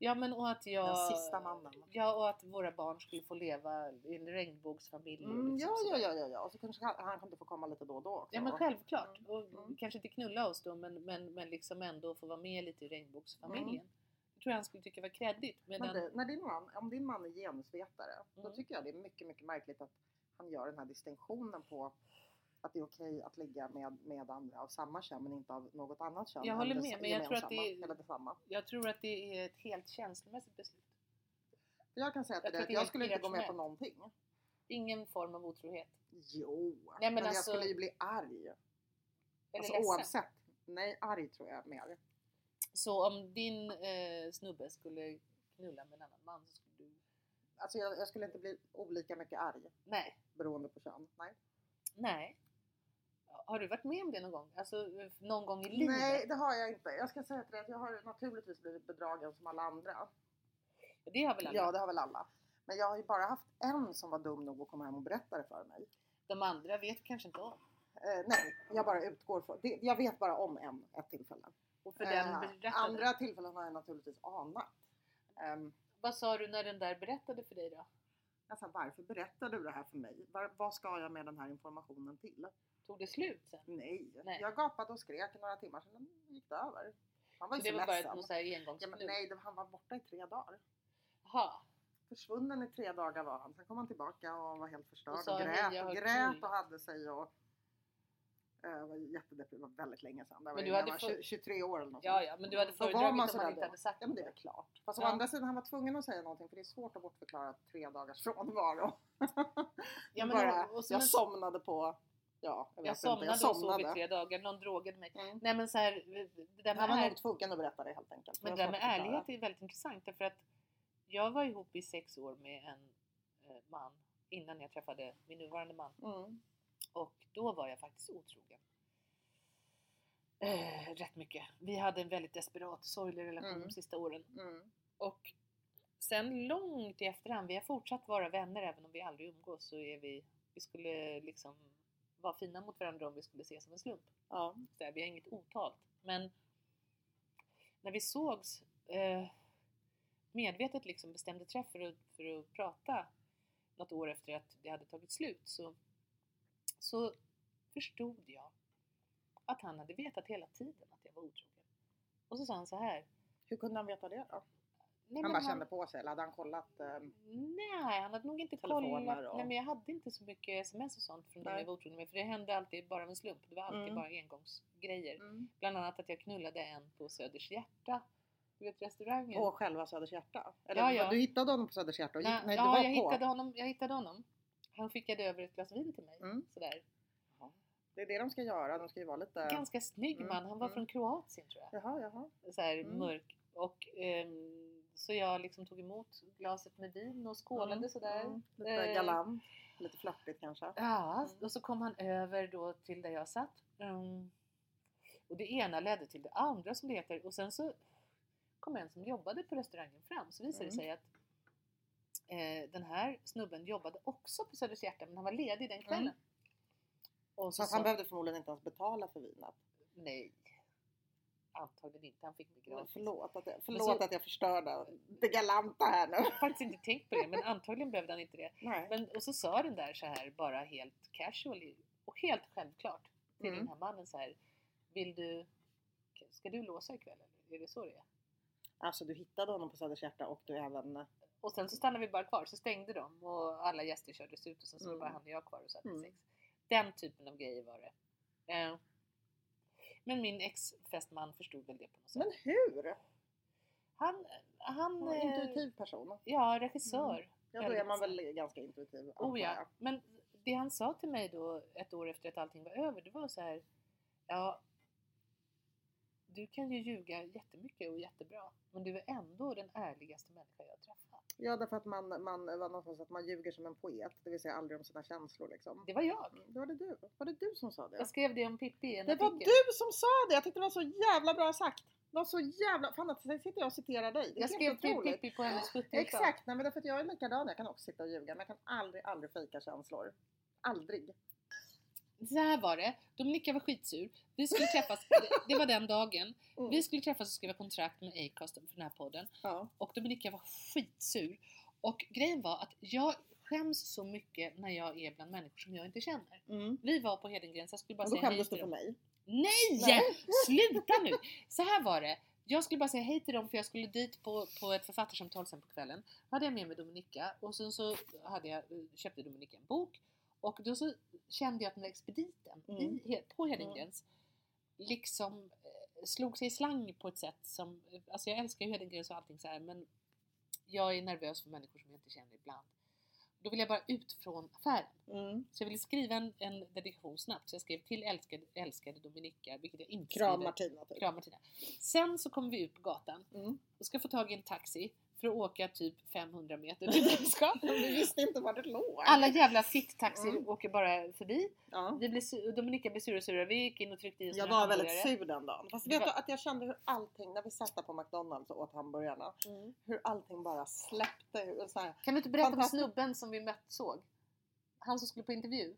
[SPEAKER 2] Ja, men och att jag...
[SPEAKER 3] Den sista mannen.
[SPEAKER 2] Ja, och att våra barn skulle få leva i en regnbågsfamilj.
[SPEAKER 3] Mm, ja,
[SPEAKER 2] liksom, så
[SPEAKER 3] ja,
[SPEAKER 2] där.
[SPEAKER 3] ja, ja, ja. Och så kanske han, han kunde få komma lite då och då också.
[SPEAKER 2] Ja men självklart.
[SPEAKER 3] Mm.
[SPEAKER 2] Och
[SPEAKER 3] Mm.
[SPEAKER 2] Kanske inte knulla oss då men, men, men liksom ändå få vara med lite i regnbågsfamiljen.
[SPEAKER 3] Mm.
[SPEAKER 2] Jag tror han skulle tycka var kreddigt.
[SPEAKER 3] Men
[SPEAKER 2] Medan,
[SPEAKER 3] du, när din man, om din man är genusvetare, då
[SPEAKER 2] Mm.
[SPEAKER 3] tycker jag det är mycket, mycket märkligt att han gör den här distinktionen på att det är okej att ligga med, med andra av samma kön men inte av något annat kön.
[SPEAKER 2] Jag håller
[SPEAKER 3] eller
[SPEAKER 2] med,
[SPEAKER 3] dets-
[SPEAKER 2] men jag tror att
[SPEAKER 3] gemensamma,
[SPEAKER 2] det är-
[SPEAKER 3] Eller detsamma.
[SPEAKER 2] Jag tror att det är ett helt känslomässigt beslut.
[SPEAKER 3] För jag kan säga
[SPEAKER 2] Jag
[SPEAKER 3] till dig
[SPEAKER 2] tror
[SPEAKER 3] att
[SPEAKER 2] det är
[SPEAKER 3] jag
[SPEAKER 2] helt
[SPEAKER 3] skulle inte gå med på
[SPEAKER 2] irrationellt.
[SPEAKER 3] någonting.
[SPEAKER 2] Ingen form av otrohet.
[SPEAKER 3] Jo,
[SPEAKER 2] men
[SPEAKER 3] men, jag
[SPEAKER 2] alltså-
[SPEAKER 3] skulle ju bli arg.
[SPEAKER 2] Eller
[SPEAKER 3] Alltså,
[SPEAKER 2] ledsen.
[SPEAKER 3] oavsett. Nej, arg tror jag mer.
[SPEAKER 2] Så om din eh, snubbe skulle knulla med en annan man så skulle du...
[SPEAKER 3] Alltså jag, jag skulle inte bli olika mycket arg
[SPEAKER 2] Nej.
[SPEAKER 3] beroende på kön. Nej.
[SPEAKER 2] Nej. Har du varit med om det någon gång? Alltså eh, någon gång i livet?
[SPEAKER 3] Nej, det har jag inte. Jag ska säga till dig att jag har naturligtvis blivit bedragen som alla andra.
[SPEAKER 2] Det har väl alla?
[SPEAKER 3] Ja, det har väl alla. Men jag har ju bara haft en som var dum nog att komma hem och berätta det för mig.
[SPEAKER 2] De andra vet kanske inte om.
[SPEAKER 3] Eh, nej, jag bara utgår från det. Jag vet bara om en, ett tillfälle. Eh,
[SPEAKER 2] Och för den berättade.
[SPEAKER 3] andra tillfällen har jag naturligtvis anat. Ehm,
[SPEAKER 2] Vad sa du när den där berättade för dig då?
[SPEAKER 3] jag sa, varför berättar du det här för mig? Var, vad ska jag med den här informationen till?
[SPEAKER 2] Tog det slut sen?
[SPEAKER 3] Nej.
[SPEAKER 2] Nej.
[SPEAKER 3] Jag gapade och skrek i några timmar, sen gick det över. Han var
[SPEAKER 2] Så det
[SPEAKER 3] ju så
[SPEAKER 2] var bara
[SPEAKER 3] ledsen.
[SPEAKER 2] ett något så här
[SPEAKER 3] ja, men,
[SPEAKER 2] engångsknull?
[SPEAKER 3] nej, det, han var borta i tre dagar.
[SPEAKER 2] Jaha.
[SPEAKER 3] Försvunnen i tre dagar var han. Sen kom han tillbaka och var helt förstörd
[SPEAKER 2] Och
[SPEAKER 3] och,
[SPEAKER 2] sa, "Hej, jag
[SPEAKER 3] grät,
[SPEAKER 2] har
[SPEAKER 3] och, grät
[SPEAKER 2] knull."
[SPEAKER 3] och hade sig. Och, eh, var jättedeprimerad. Det var väldigt länge sedan. Det var
[SPEAKER 2] Men
[SPEAKER 3] men
[SPEAKER 2] du
[SPEAKER 3] du
[SPEAKER 2] hade
[SPEAKER 3] var
[SPEAKER 2] för-
[SPEAKER 3] 20 23 år eller något
[SPEAKER 2] Ja,
[SPEAKER 3] sånt.
[SPEAKER 2] ja, men du hade
[SPEAKER 3] Då var
[SPEAKER 2] föredragit om
[SPEAKER 3] så
[SPEAKER 2] han
[SPEAKER 3] där
[SPEAKER 2] inte
[SPEAKER 3] då.
[SPEAKER 2] hade sagt
[SPEAKER 3] Ja, men det är
[SPEAKER 2] det.
[SPEAKER 3] väl klart. Fast
[SPEAKER 2] Ja.
[SPEAKER 3] å andra sidan, han var tvungen att säga någonting för det är svårt att bortförklara tre dagars frånvaro.
[SPEAKER 2] Ja, men
[SPEAKER 3] Bara,
[SPEAKER 2] och- och sen-
[SPEAKER 3] jag somnade på... Ja, jag, vet
[SPEAKER 2] Jag
[SPEAKER 3] inte.
[SPEAKER 2] somnade,
[SPEAKER 3] Jag
[SPEAKER 2] och sov i
[SPEAKER 3] somnade.
[SPEAKER 2] tre dagar, någon drogade mig.
[SPEAKER 3] Mm.
[SPEAKER 2] Nej men så här, det där
[SPEAKER 3] Han
[SPEAKER 2] med,
[SPEAKER 3] var
[SPEAKER 2] är...
[SPEAKER 3] nog tvungen att berätta det helt enkelt.
[SPEAKER 2] men
[SPEAKER 3] Jag
[SPEAKER 2] det där
[SPEAKER 3] har
[SPEAKER 2] med
[SPEAKER 3] svårt att förklara.
[SPEAKER 2] ärlighet är väldigt intressant därför att jag var ihop i sex år med en eh, man innan jag träffade min nuvarande man
[SPEAKER 3] Mm.
[SPEAKER 2] och då var jag faktiskt otrogen. Eh, rätt mycket. Vi hade en väldigt desperat, sorglig relation
[SPEAKER 3] Mm.
[SPEAKER 2] de sista åren
[SPEAKER 3] Mm.
[SPEAKER 2] Och sen långt i efterhand, vi har fortsatt vara vänner även om vi aldrig umgås så är vi, vi skulle liksom vara fina mot varandra om vi skulle ses som en slump.
[SPEAKER 3] Ja.
[SPEAKER 2] Så där, vi har inget otalt. Men när vi sågs eh, medvetet liksom bestämde träff för att, för att prata något år efter att det hade tagit slut så, så förstod jag att han hade vetat hela tiden att jag var otrogen. Och så sa han så här.
[SPEAKER 3] Hur kunde han veta det då?
[SPEAKER 2] Nej,
[SPEAKER 3] Han
[SPEAKER 2] men
[SPEAKER 3] bara kände på sig eller hade han kollat? ehm,
[SPEAKER 2] Nej, han hade nog inte
[SPEAKER 3] Telefoner
[SPEAKER 2] kollat.
[SPEAKER 3] och-
[SPEAKER 2] Nej, men jag hade inte så mycket sms och sånt från dem
[SPEAKER 3] Nej.
[SPEAKER 2] jag var otrogen med. För det hände alltid bara av en slump. Det var alltid
[SPEAKER 3] Mm.
[SPEAKER 2] bara engångsgrejer. Bland annat att jag knullade en på Söders hjärta. Du vet restaurangen?
[SPEAKER 3] På själva Söders hjärta? Eller
[SPEAKER 2] Ja, ja.
[SPEAKER 3] du hittade honom på Söders hjärta? Och gick,
[SPEAKER 2] Nej,
[SPEAKER 3] nej, du
[SPEAKER 2] ja,
[SPEAKER 3] var
[SPEAKER 2] jag
[SPEAKER 3] på.
[SPEAKER 2] hittade, honom, jag hittade honom. Han skickade över ett glas vin till mig.
[SPEAKER 3] Mm.
[SPEAKER 2] Sådär.
[SPEAKER 3] Det är det de ska göra, de ska ju vara lite...
[SPEAKER 2] Ganska snygg
[SPEAKER 3] Mm,
[SPEAKER 2] man. Han var
[SPEAKER 3] mm.
[SPEAKER 2] från Kroatien tror jag.
[SPEAKER 3] Jaha, jaha.
[SPEAKER 2] Så här
[SPEAKER 3] Mm.
[SPEAKER 2] mörk. Och, ehm, så jag liksom tog emot glaset med vin och skålade
[SPEAKER 3] Mm,
[SPEAKER 2] sådär.
[SPEAKER 3] mm. Lite
[SPEAKER 2] Eh,
[SPEAKER 3] galant, lite flörtigt kanske.
[SPEAKER 2] Ja,
[SPEAKER 3] Mm.
[SPEAKER 2] och så kom han över då till där jag satt. Mm. Och det ena ledde till det andra som det heter. Och sen så kom en som jobbade på restaurangen fram. Så visade det
[SPEAKER 3] Mm.
[SPEAKER 2] sig att eh, den här snubben jobbade också på Söders Hjärta men han var ledig den kvällen.
[SPEAKER 3] Mm.
[SPEAKER 2] Och
[SPEAKER 3] Så
[SPEAKER 2] så
[SPEAKER 3] att Mm. han
[SPEAKER 2] sa
[SPEAKER 3] behövde förmodligen inte ens betala för vinet.
[SPEAKER 2] nej. antagligen inte. Han fick mig
[SPEAKER 3] Men
[SPEAKER 2] gratis.
[SPEAKER 3] Förlåt, att jag,
[SPEAKER 2] Men
[SPEAKER 3] förlåt
[SPEAKER 2] så-
[SPEAKER 3] att jag förstörde det galanta här nu.
[SPEAKER 2] Jag har faktiskt inte tänkt på det, men antagligen behövde han inte det.
[SPEAKER 3] Nej.
[SPEAKER 2] Men, och så sa den där så här bara helt casually och helt självklart till
[SPEAKER 3] Mm.
[SPEAKER 2] den här mannen så här. Vill du, ska du låsa ikväll eller? Är det så det är?
[SPEAKER 3] Alltså du hittade honom på Söders hjärta och du även...
[SPEAKER 2] Och sen så stannade vi bara kvar, så stängde de och alla gäster kördes ut och sen så var det bara
[SPEAKER 3] Mm.
[SPEAKER 2] han och jag kvar och satt till
[SPEAKER 3] Mm.
[SPEAKER 2] sex. Den typen av grejer var det. Eh, Men min ex-fästman förstod väl det på något sätt.
[SPEAKER 3] Men hur?
[SPEAKER 2] han, han...
[SPEAKER 3] En
[SPEAKER 2] eh,
[SPEAKER 3] intuitiv person.
[SPEAKER 2] Ja, regissör.
[SPEAKER 3] Ja, då är man
[SPEAKER 2] väldigt-
[SPEAKER 3] väl ganska intuitiv.
[SPEAKER 2] Oh
[SPEAKER 3] antar
[SPEAKER 2] ja,
[SPEAKER 3] jag.
[SPEAKER 2] men det han sa till mig då ett år efter att allting var över, det var så här. Ja, du kan ju ljuga jättemycket och jättebra, men du är ändå den ärligaste människa jag träffat.
[SPEAKER 3] Ja, därför att man, man, det var någonstans att man ljuger som en poet, det vill säga aldrig om sina känslor liksom.
[SPEAKER 2] Det var jag.
[SPEAKER 3] Mm, Det var det du. Var det du som sa det?
[SPEAKER 2] Jag skrev det om Pippi i en
[SPEAKER 3] Det var
[SPEAKER 2] artikel.
[SPEAKER 3] du som sa det! Jag tyckte det var så jävla bra sagt! Det var så jävla... Fan, att sen sitter jag och citerar dig. Det är
[SPEAKER 2] Jag skrev
[SPEAKER 3] helt
[SPEAKER 2] till
[SPEAKER 3] otroligt.
[SPEAKER 2] Pippi på hennes 70
[SPEAKER 3] Exakt! Nej, men därför att jag är likadan. Jag kan också sitta och ljuga, men jag kan aldrig, aldrig fejka känslor. Aldrig.
[SPEAKER 2] Så här var det, Dominika var skitsur. Vi skulle träffas, det var den dagen.
[SPEAKER 3] Mm.
[SPEAKER 2] Vi skulle träffas och skriva kontrakt med Acast för den här podden.
[SPEAKER 3] Ja.
[SPEAKER 2] och Dominika var skitsur. Och grejen var att jag skäms så mycket när jag är bland människor som jag inte känner.
[SPEAKER 3] Mm.
[SPEAKER 2] Vi var på Hedengrens, jag skulle bara
[SPEAKER 3] Och då
[SPEAKER 2] säga hej
[SPEAKER 3] skämdes du
[SPEAKER 2] till dem.
[SPEAKER 3] för mig.
[SPEAKER 2] Nej!
[SPEAKER 3] Nej.
[SPEAKER 2] Sluta nu! Så här var det. Jag skulle bara säga hej till dem för jag skulle dit på, på ett författarsamtal sen på kvällen. Då hade jag med mig Dominika och sen så hade jag, eh, köpte Dominika en bok. Och då så kände jag att den där expediten
[SPEAKER 3] Mm.
[SPEAKER 2] i, på Hedengrens liksom eh, slog sig i slang på ett sätt som... Alltså jag älskar ju Hedengrens och allting så här men jag är nervös för människor som jag inte känner ibland. Då vill jag bara ut från affären.
[SPEAKER 3] Mm.
[SPEAKER 2] Så jag ville skriva en, en dedikation snabbt, så jag skrev till älskade, älskade Dominika, vilket jag inte
[SPEAKER 3] Kram
[SPEAKER 2] skriver.
[SPEAKER 3] Martina typ.
[SPEAKER 2] Kram Martina. Sen så kommer vi ut på gatan
[SPEAKER 3] Mm.
[SPEAKER 2] och ska få tag i en taxi för att åka typ 500 meter till där vi ska.
[SPEAKER 3] Vi visste inte var det låg.
[SPEAKER 2] Alla jävla ficktaxier
[SPEAKER 3] Mm.
[SPEAKER 2] åker bara förbi.
[SPEAKER 3] Ja.
[SPEAKER 2] Vi blir su- och Dominika blir sur och sur. Vi gick in och tryckte i oss
[SPEAKER 3] Jag
[SPEAKER 2] några
[SPEAKER 3] var väldigt
[SPEAKER 2] hamburgare.
[SPEAKER 3] sur den dagen. Fast
[SPEAKER 2] Det
[SPEAKER 3] vet
[SPEAKER 2] var-
[SPEAKER 3] du att jag kände hur allting, när vi satt där på McDonalds och åt hamburgarna,
[SPEAKER 2] Mm.
[SPEAKER 3] hur allting bara släppte. Hur, så här,
[SPEAKER 2] Kan du inte berätta om
[SPEAKER 3] Fantastiskt.
[SPEAKER 2] snubben som vi mött såg? Han som skulle på intervju.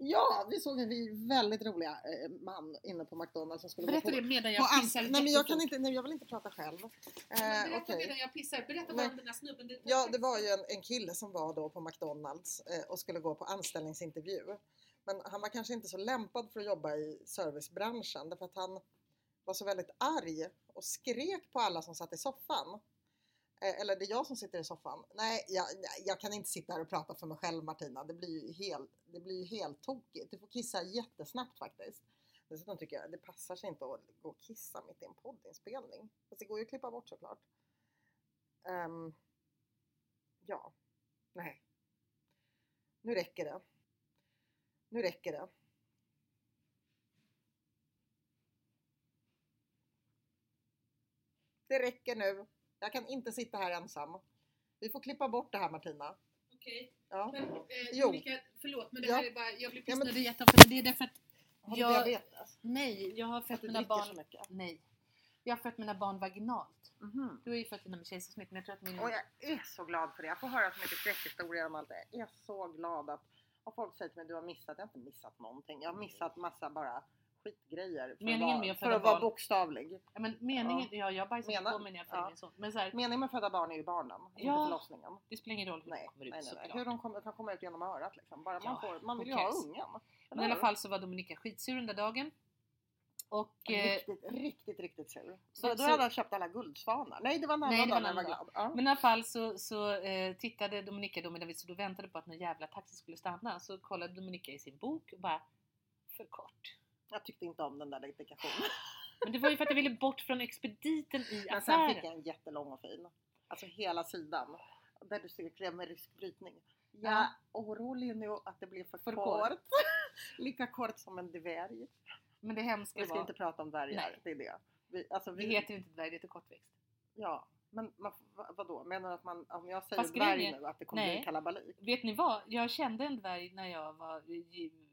[SPEAKER 3] ja, vi såg en vi- väldigt rolig eh, man inne på McDonalds som skulle
[SPEAKER 2] Berätta
[SPEAKER 3] gå på,
[SPEAKER 2] det medan
[SPEAKER 3] på
[SPEAKER 2] jag
[SPEAKER 3] ans-
[SPEAKER 2] pissar
[SPEAKER 3] Nej men jag kan
[SPEAKER 2] jättefort.
[SPEAKER 3] inte, nej, jag vill inte prata själv.
[SPEAKER 2] Men
[SPEAKER 3] Eh,
[SPEAKER 2] Berätta
[SPEAKER 3] okej.
[SPEAKER 2] medan jag pissar. Berätta
[SPEAKER 3] Nej.
[SPEAKER 2] vad den där snubben... det-
[SPEAKER 3] Ja, det var ju en, en kille som var då på McDonalds eh, och skulle gå på anställningsintervju. Men han var kanske inte så lämpad för att jobba i servicebranschen därför att han var så väldigt arg och skrek på alla som satt i soffan. Eh, eller det är jag som sitter i soffan. Nej, jag, nej, jag kan inte sitta här och prata för mig själv Martina. Det blir ju helt, det blir ju helt tokigt. Du får kissa jättesnabbt faktiskt. Dessutom tycker jag det passar sig inte att gå och kissa mitt i en poddinspelning. Fast det går ju att klippa bort såklart. Ehm, Ja. Nej. Nu räcker det. Nu räcker det. Det räcker nu. Jag kan inte sitta här ensam. Vi får klippa bort det här Martina.
[SPEAKER 2] Okej.
[SPEAKER 3] Ja.
[SPEAKER 2] Men, eh,
[SPEAKER 3] Jo.
[SPEAKER 2] Dominika, förlåt men det
[SPEAKER 3] Ja.
[SPEAKER 2] här är bara, jag blir
[SPEAKER 3] Ja, men-
[SPEAKER 2] pissnödig jätteofta men det är därför att
[SPEAKER 3] Har du
[SPEAKER 2] jag,
[SPEAKER 3] diabetes?
[SPEAKER 2] nej, jag har
[SPEAKER 3] För
[SPEAKER 2] fött
[SPEAKER 3] att du
[SPEAKER 2] mina
[SPEAKER 3] dricker så
[SPEAKER 2] barn,
[SPEAKER 3] mycket?
[SPEAKER 2] nej. Jag har fött mina barn vaginalt.
[SPEAKER 3] Mhm.
[SPEAKER 2] Du har ju fött dina med kejsarsnitt men jag tror att min...
[SPEAKER 3] Och jag är så glad för det. Jag får höra så mycket skräckhistorier om allt det. Jag är så glad att och folk säger till mig du har missat. Jag har inte missat någonting. Jag har missat massa bara skitgrejer. För
[SPEAKER 2] Meningen
[SPEAKER 3] att vara,
[SPEAKER 2] med att
[SPEAKER 3] för
[SPEAKER 2] föda
[SPEAKER 3] att vara
[SPEAKER 2] barn-
[SPEAKER 3] bokstavlig.
[SPEAKER 2] Ja, men meningen, ja, jag bajsade
[SPEAKER 3] Menar-
[SPEAKER 2] på mig när jag födde
[SPEAKER 3] ja.
[SPEAKER 2] min son. Men så här,
[SPEAKER 3] Meningen med att föda barn är ju barnen, inte
[SPEAKER 2] Ja.
[SPEAKER 3] förlossningen.
[SPEAKER 2] det spelar ingen roll hur
[SPEAKER 3] Nej,
[SPEAKER 2] det kommer ut
[SPEAKER 3] nej, nej, nej.
[SPEAKER 2] såklart.
[SPEAKER 3] Hur de kommer, kan komma ut genom örat liksom. Bara man,
[SPEAKER 2] Ja,
[SPEAKER 3] får, man vill ju
[SPEAKER 2] who
[SPEAKER 3] ha
[SPEAKER 2] cares?
[SPEAKER 3] ungen.
[SPEAKER 2] Men i alla fall så var Dominika skitsur den där dagen. Och... Eh,
[SPEAKER 3] Riktigt, riktigt, riktigt sur.
[SPEAKER 2] Så-
[SPEAKER 3] Så, då
[SPEAKER 2] så-
[SPEAKER 3] hade han köpt alla guldsvanar. Nej, det var en
[SPEAKER 2] Nej,
[SPEAKER 3] annan
[SPEAKER 2] det var
[SPEAKER 3] dag när jag
[SPEAKER 2] en
[SPEAKER 3] var
[SPEAKER 2] annan
[SPEAKER 3] glad. Ja.
[SPEAKER 2] Men i alla fall så, så eh, tittade Dominika då medan vi stod och väntade på att någon jävla taxi skulle stanna. Så kollade Dominika i sin bok och bara, för kort.
[SPEAKER 3] Jag tyckte inte om den där dedikationen.
[SPEAKER 2] Men det var ju för att jag ville bort från expediten i
[SPEAKER 3] Men sen fick
[SPEAKER 2] affären.
[SPEAKER 3] jag en jättelång och fin. Alltså hela sidan. Där du skrev med rysk brytning. Jag är
[SPEAKER 2] Ja.
[SPEAKER 3] orolig nu att det blir för,
[SPEAKER 2] För
[SPEAKER 3] kort.
[SPEAKER 2] kort.
[SPEAKER 3] Lika kort som en dvärg.
[SPEAKER 2] Men det hemska
[SPEAKER 3] Vi ska
[SPEAKER 2] var,
[SPEAKER 3] inte prata om dvärgar.
[SPEAKER 2] Nej.
[SPEAKER 3] Det är det. Vi, alltså,
[SPEAKER 2] det
[SPEAKER 3] vi,
[SPEAKER 2] heter inte dvärg, det heter kortväxt.
[SPEAKER 3] Ja, men man, vad- vadå? Menar du att man, om jag säger
[SPEAKER 2] Fast grejen
[SPEAKER 3] dvärg
[SPEAKER 2] är-
[SPEAKER 3] nu att det kommer bli
[SPEAKER 2] nej.
[SPEAKER 3] kalabalik?
[SPEAKER 2] Vet ni vad? Jag kände en dvärg när jag var,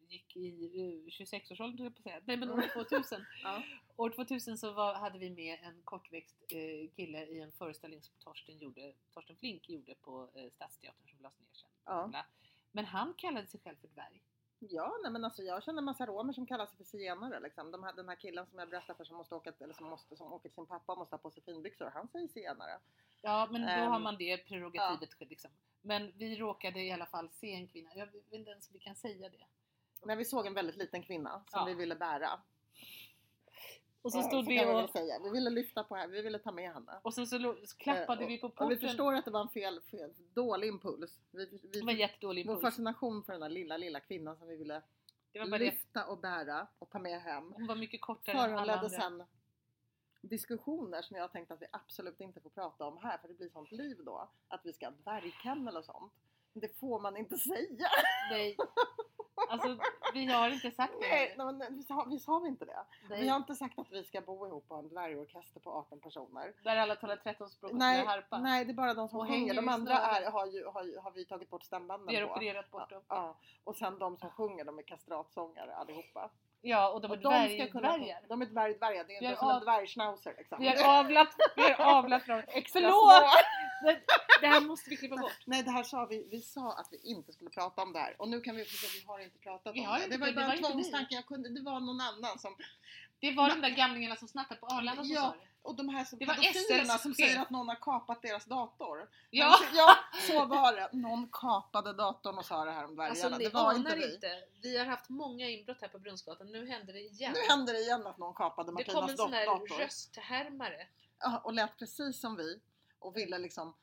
[SPEAKER 2] gick i 26-årsåldern, höll jag på att säga. Nej men år 2000.
[SPEAKER 3] Ja.
[SPEAKER 2] År 2000 så var, hade vi med en kortväxt eh, kille i en föreställning som Torsten, gjorde, Torsten Flink gjorde på eh, Stadsteatern som lades ner sen.
[SPEAKER 3] Ja.
[SPEAKER 2] Men han kallade sig själv för dvärg.
[SPEAKER 3] Ja, nej men alltså jag känner en massa romer som kallar sig för zigenare liksom. De här, den här killen som jag berättade för som måste åka, eller som måste, som åker till sin pappa och måste ha på sig finbyxor, han säger zigenare.
[SPEAKER 2] Ja, men då har
[SPEAKER 3] Ehm,
[SPEAKER 2] man det prerogativet. Liksom. Men vi råkade i alla fall se en kvinna. Jag vet inte ens om vi kan säga det.
[SPEAKER 3] När vi såg en väldigt liten kvinna som
[SPEAKER 2] Ja.
[SPEAKER 3] vi ville bära.
[SPEAKER 2] Och så
[SPEAKER 3] Eh,
[SPEAKER 2] stod
[SPEAKER 3] kan
[SPEAKER 2] vi
[SPEAKER 3] man väl
[SPEAKER 2] och,
[SPEAKER 3] säga. Vi ville lyfta på henne, vi ville ta med henne.
[SPEAKER 2] och sen så lo- så klappade
[SPEAKER 3] Eh, och-
[SPEAKER 2] vi på
[SPEAKER 3] och
[SPEAKER 2] porten.
[SPEAKER 3] Vi förstår att det var en fel, fel dålig impuls. Vi, vi,
[SPEAKER 2] Det var en jättedålig
[SPEAKER 3] vår
[SPEAKER 2] impuls.
[SPEAKER 3] fascination för den där lilla, lilla kvinnan som vi ville
[SPEAKER 2] Det var bara det.
[SPEAKER 3] lyfta och bära och ta med hem.
[SPEAKER 2] Hon var mycket kortare än alla
[SPEAKER 3] föranledde
[SPEAKER 2] andra.
[SPEAKER 3] sen diskussioner som jag tänkt att vi absolut inte får prata om här för det blir sånt liv då. Att vi ska ha dvärgkennel och sånt. Men det får man inte säga!
[SPEAKER 2] Nej. Alltså, vi har inte sagt det.
[SPEAKER 3] Nej, nej, men visst, har, visst har vi inte det?
[SPEAKER 2] Nej.
[SPEAKER 3] Vi har inte sagt att vi ska bo ihop och ha en dvärgorkester på 18 personer.
[SPEAKER 2] Där alla talar 13 språk och spelar
[SPEAKER 3] Nej,
[SPEAKER 2] harpa.
[SPEAKER 3] nej, det är bara de som
[SPEAKER 2] Och hänger
[SPEAKER 3] sjunger. De
[SPEAKER 2] i
[SPEAKER 3] andra
[SPEAKER 2] snöret.
[SPEAKER 3] är, har, ju, har, ju- har vi tagit bort stämbanden
[SPEAKER 2] Vi har
[SPEAKER 3] på.
[SPEAKER 2] opererat bort
[SPEAKER 3] ja,
[SPEAKER 2] dem.
[SPEAKER 3] ja. Och sen de som sjunger, de är kastratsångare allihopa.
[SPEAKER 2] Ja, och de är
[SPEAKER 3] Och de, ska kunna,
[SPEAKER 2] dvärgdvärgar.
[SPEAKER 3] de är dvärgdvärgar, det är
[SPEAKER 2] Vi har
[SPEAKER 3] inte som en
[SPEAKER 2] av-
[SPEAKER 3] dvärgschnauzer liksom.
[SPEAKER 2] Vi har avlat, vi har avlat från...
[SPEAKER 3] Extra
[SPEAKER 2] Förlåt!
[SPEAKER 3] små.
[SPEAKER 2] Det, det här måste vi klippa bort.
[SPEAKER 3] Nej det här sa vi, vi sa att vi inte skulle prata om det här och nu kan vi förstå att vi har inte pratat
[SPEAKER 2] Vi
[SPEAKER 3] om
[SPEAKER 2] har
[SPEAKER 3] det.
[SPEAKER 2] inte-
[SPEAKER 3] Det var ju
[SPEAKER 2] det
[SPEAKER 3] bara
[SPEAKER 2] var
[SPEAKER 3] en
[SPEAKER 2] inte
[SPEAKER 3] tvångstanke, jag kunde, det var någon annan som...
[SPEAKER 2] Det var de där gamlingarna som snattade på Arlanda som sa
[SPEAKER 3] Ja,
[SPEAKER 2] det.
[SPEAKER 3] och de här som
[SPEAKER 2] Det var
[SPEAKER 3] pedofilerna
[SPEAKER 2] SLs
[SPEAKER 3] som
[SPEAKER 2] fel.
[SPEAKER 3] säger att någon har kapat deras dator.
[SPEAKER 2] Ja!
[SPEAKER 3] Men, ja, så var det. Någon kapade datorn och sa det här om dvärgarna.
[SPEAKER 2] Alltså ni
[SPEAKER 3] det var
[SPEAKER 2] anar
[SPEAKER 3] inte vi.
[SPEAKER 2] inte. Vi har haft många inbrott här på Brunnsgatan. Nu händer det igen.
[SPEAKER 3] Nu händer det igen att någon kapade
[SPEAKER 2] det
[SPEAKER 3] Martinas
[SPEAKER 2] kom en sån här
[SPEAKER 3] dator.
[SPEAKER 2] rösthärmare.
[SPEAKER 3] Ja, och lät precis som vi och ville liksom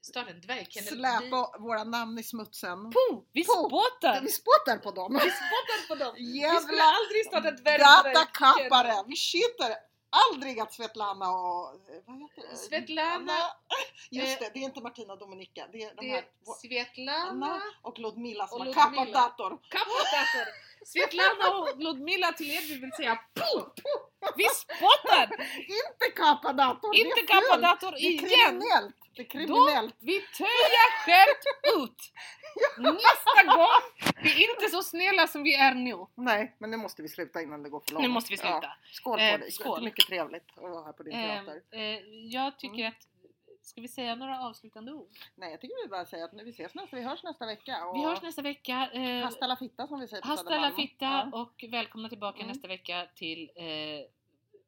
[SPEAKER 2] Starta en dvärgkennel.
[SPEAKER 3] släpa våra namn i smutsen.
[SPEAKER 2] Po! Vi
[SPEAKER 3] Po!
[SPEAKER 2] spottar!
[SPEAKER 3] Vi spottar på dem!
[SPEAKER 2] spottar på dem! Vi skulle
[SPEAKER 3] Jävla
[SPEAKER 2] aldrig starta en dvärgkennel.
[SPEAKER 3] datakappare! Vi skiter aldrig att Svetlana och... eh, Vad heter det?
[SPEAKER 2] Svetlana, eh,
[SPEAKER 3] Just det, det är inte Martina och Dominika. Det är de
[SPEAKER 2] Det
[SPEAKER 3] här
[SPEAKER 2] är
[SPEAKER 3] två-
[SPEAKER 2] Svetlana.
[SPEAKER 3] Anna och Ludmilla som
[SPEAKER 2] och
[SPEAKER 3] har
[SPEAKER 2] Ludmilla.
[SPEAKER 3] kappat datorn.
[SPEAKER 2] Kappdator! Svetlana och Ludmilla till er vi vill säga po! Vi spottar!
[SPEAKER 3] Inte kappa datorn! det är
[SPEAKER 2] Inte
[SPEAKER 3] fult.
[SPEAKER 2] kappa dator
[SPEAKER 3] Det är
[SPEAKER 2] igen!
[SPEAKER 3] kriminellt! Det är
[SPEAKER 2] Då
[SPEAKER 3] kriminellt!
[SPEAKER 2] vi töja skärt ut! Nästa gång vi är inte så snälla som vi är nu.
[SPEAKER 3] Nej, men nu måste vi sluta innan det går för långt.
[SPEAKER 2] Nu måste vi sluta.
[SPEAKER 3] Ja, skål på
[SPEAKER 2] Eh,
[SPEAKER 3] dig!
[SPEAKER 2] skål.
[SPEAKER 3] Skål. Mycket trevligt att vara här på din
[SPEAKER 2] Ehm,
[SPEAKER 3] teater.
[SPEAKER 2] eh, jag tycker att, ska vi säga några avslutande ord?
[SPEAKER 3] Nej, jag tycker vi bara säger att nu, vi ses nästa, vi hörs nästa vecka. Och
[SPEAKER 2] Vi hörs nästa vecka. Eh,
[SPEAKER 3] Hasta la fitta som vi säger på
[SPEAKER 2] hasta la
[SPEAKER 3] Södermalm.
[SPEAKER 2] fitta
[SPEAKER 3] Ja.
[SPEAKER 2] och välkomna tillbaka
[SPEAKER 3] Mm.
[SPEAKER 2] nästa vecka till, eh,